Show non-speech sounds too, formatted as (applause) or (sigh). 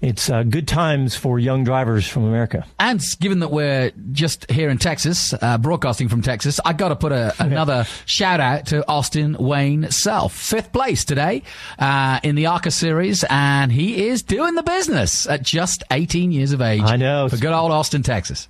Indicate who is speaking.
Speaker 1: it's uh, good times for young drivers from America.
Speaker 2: And given that we're just here in Texas, uh, broadcasting from Texas, I got to
Speaker 1: (laughs)
Speaker 2: put a, another shout out to Austin Wayne Self, fifth place today uh, in the ARCA series, and he is doing the business at just 18 years of age.
Speaker 1: I know.
Speaker 2: For good old Austin, Texas.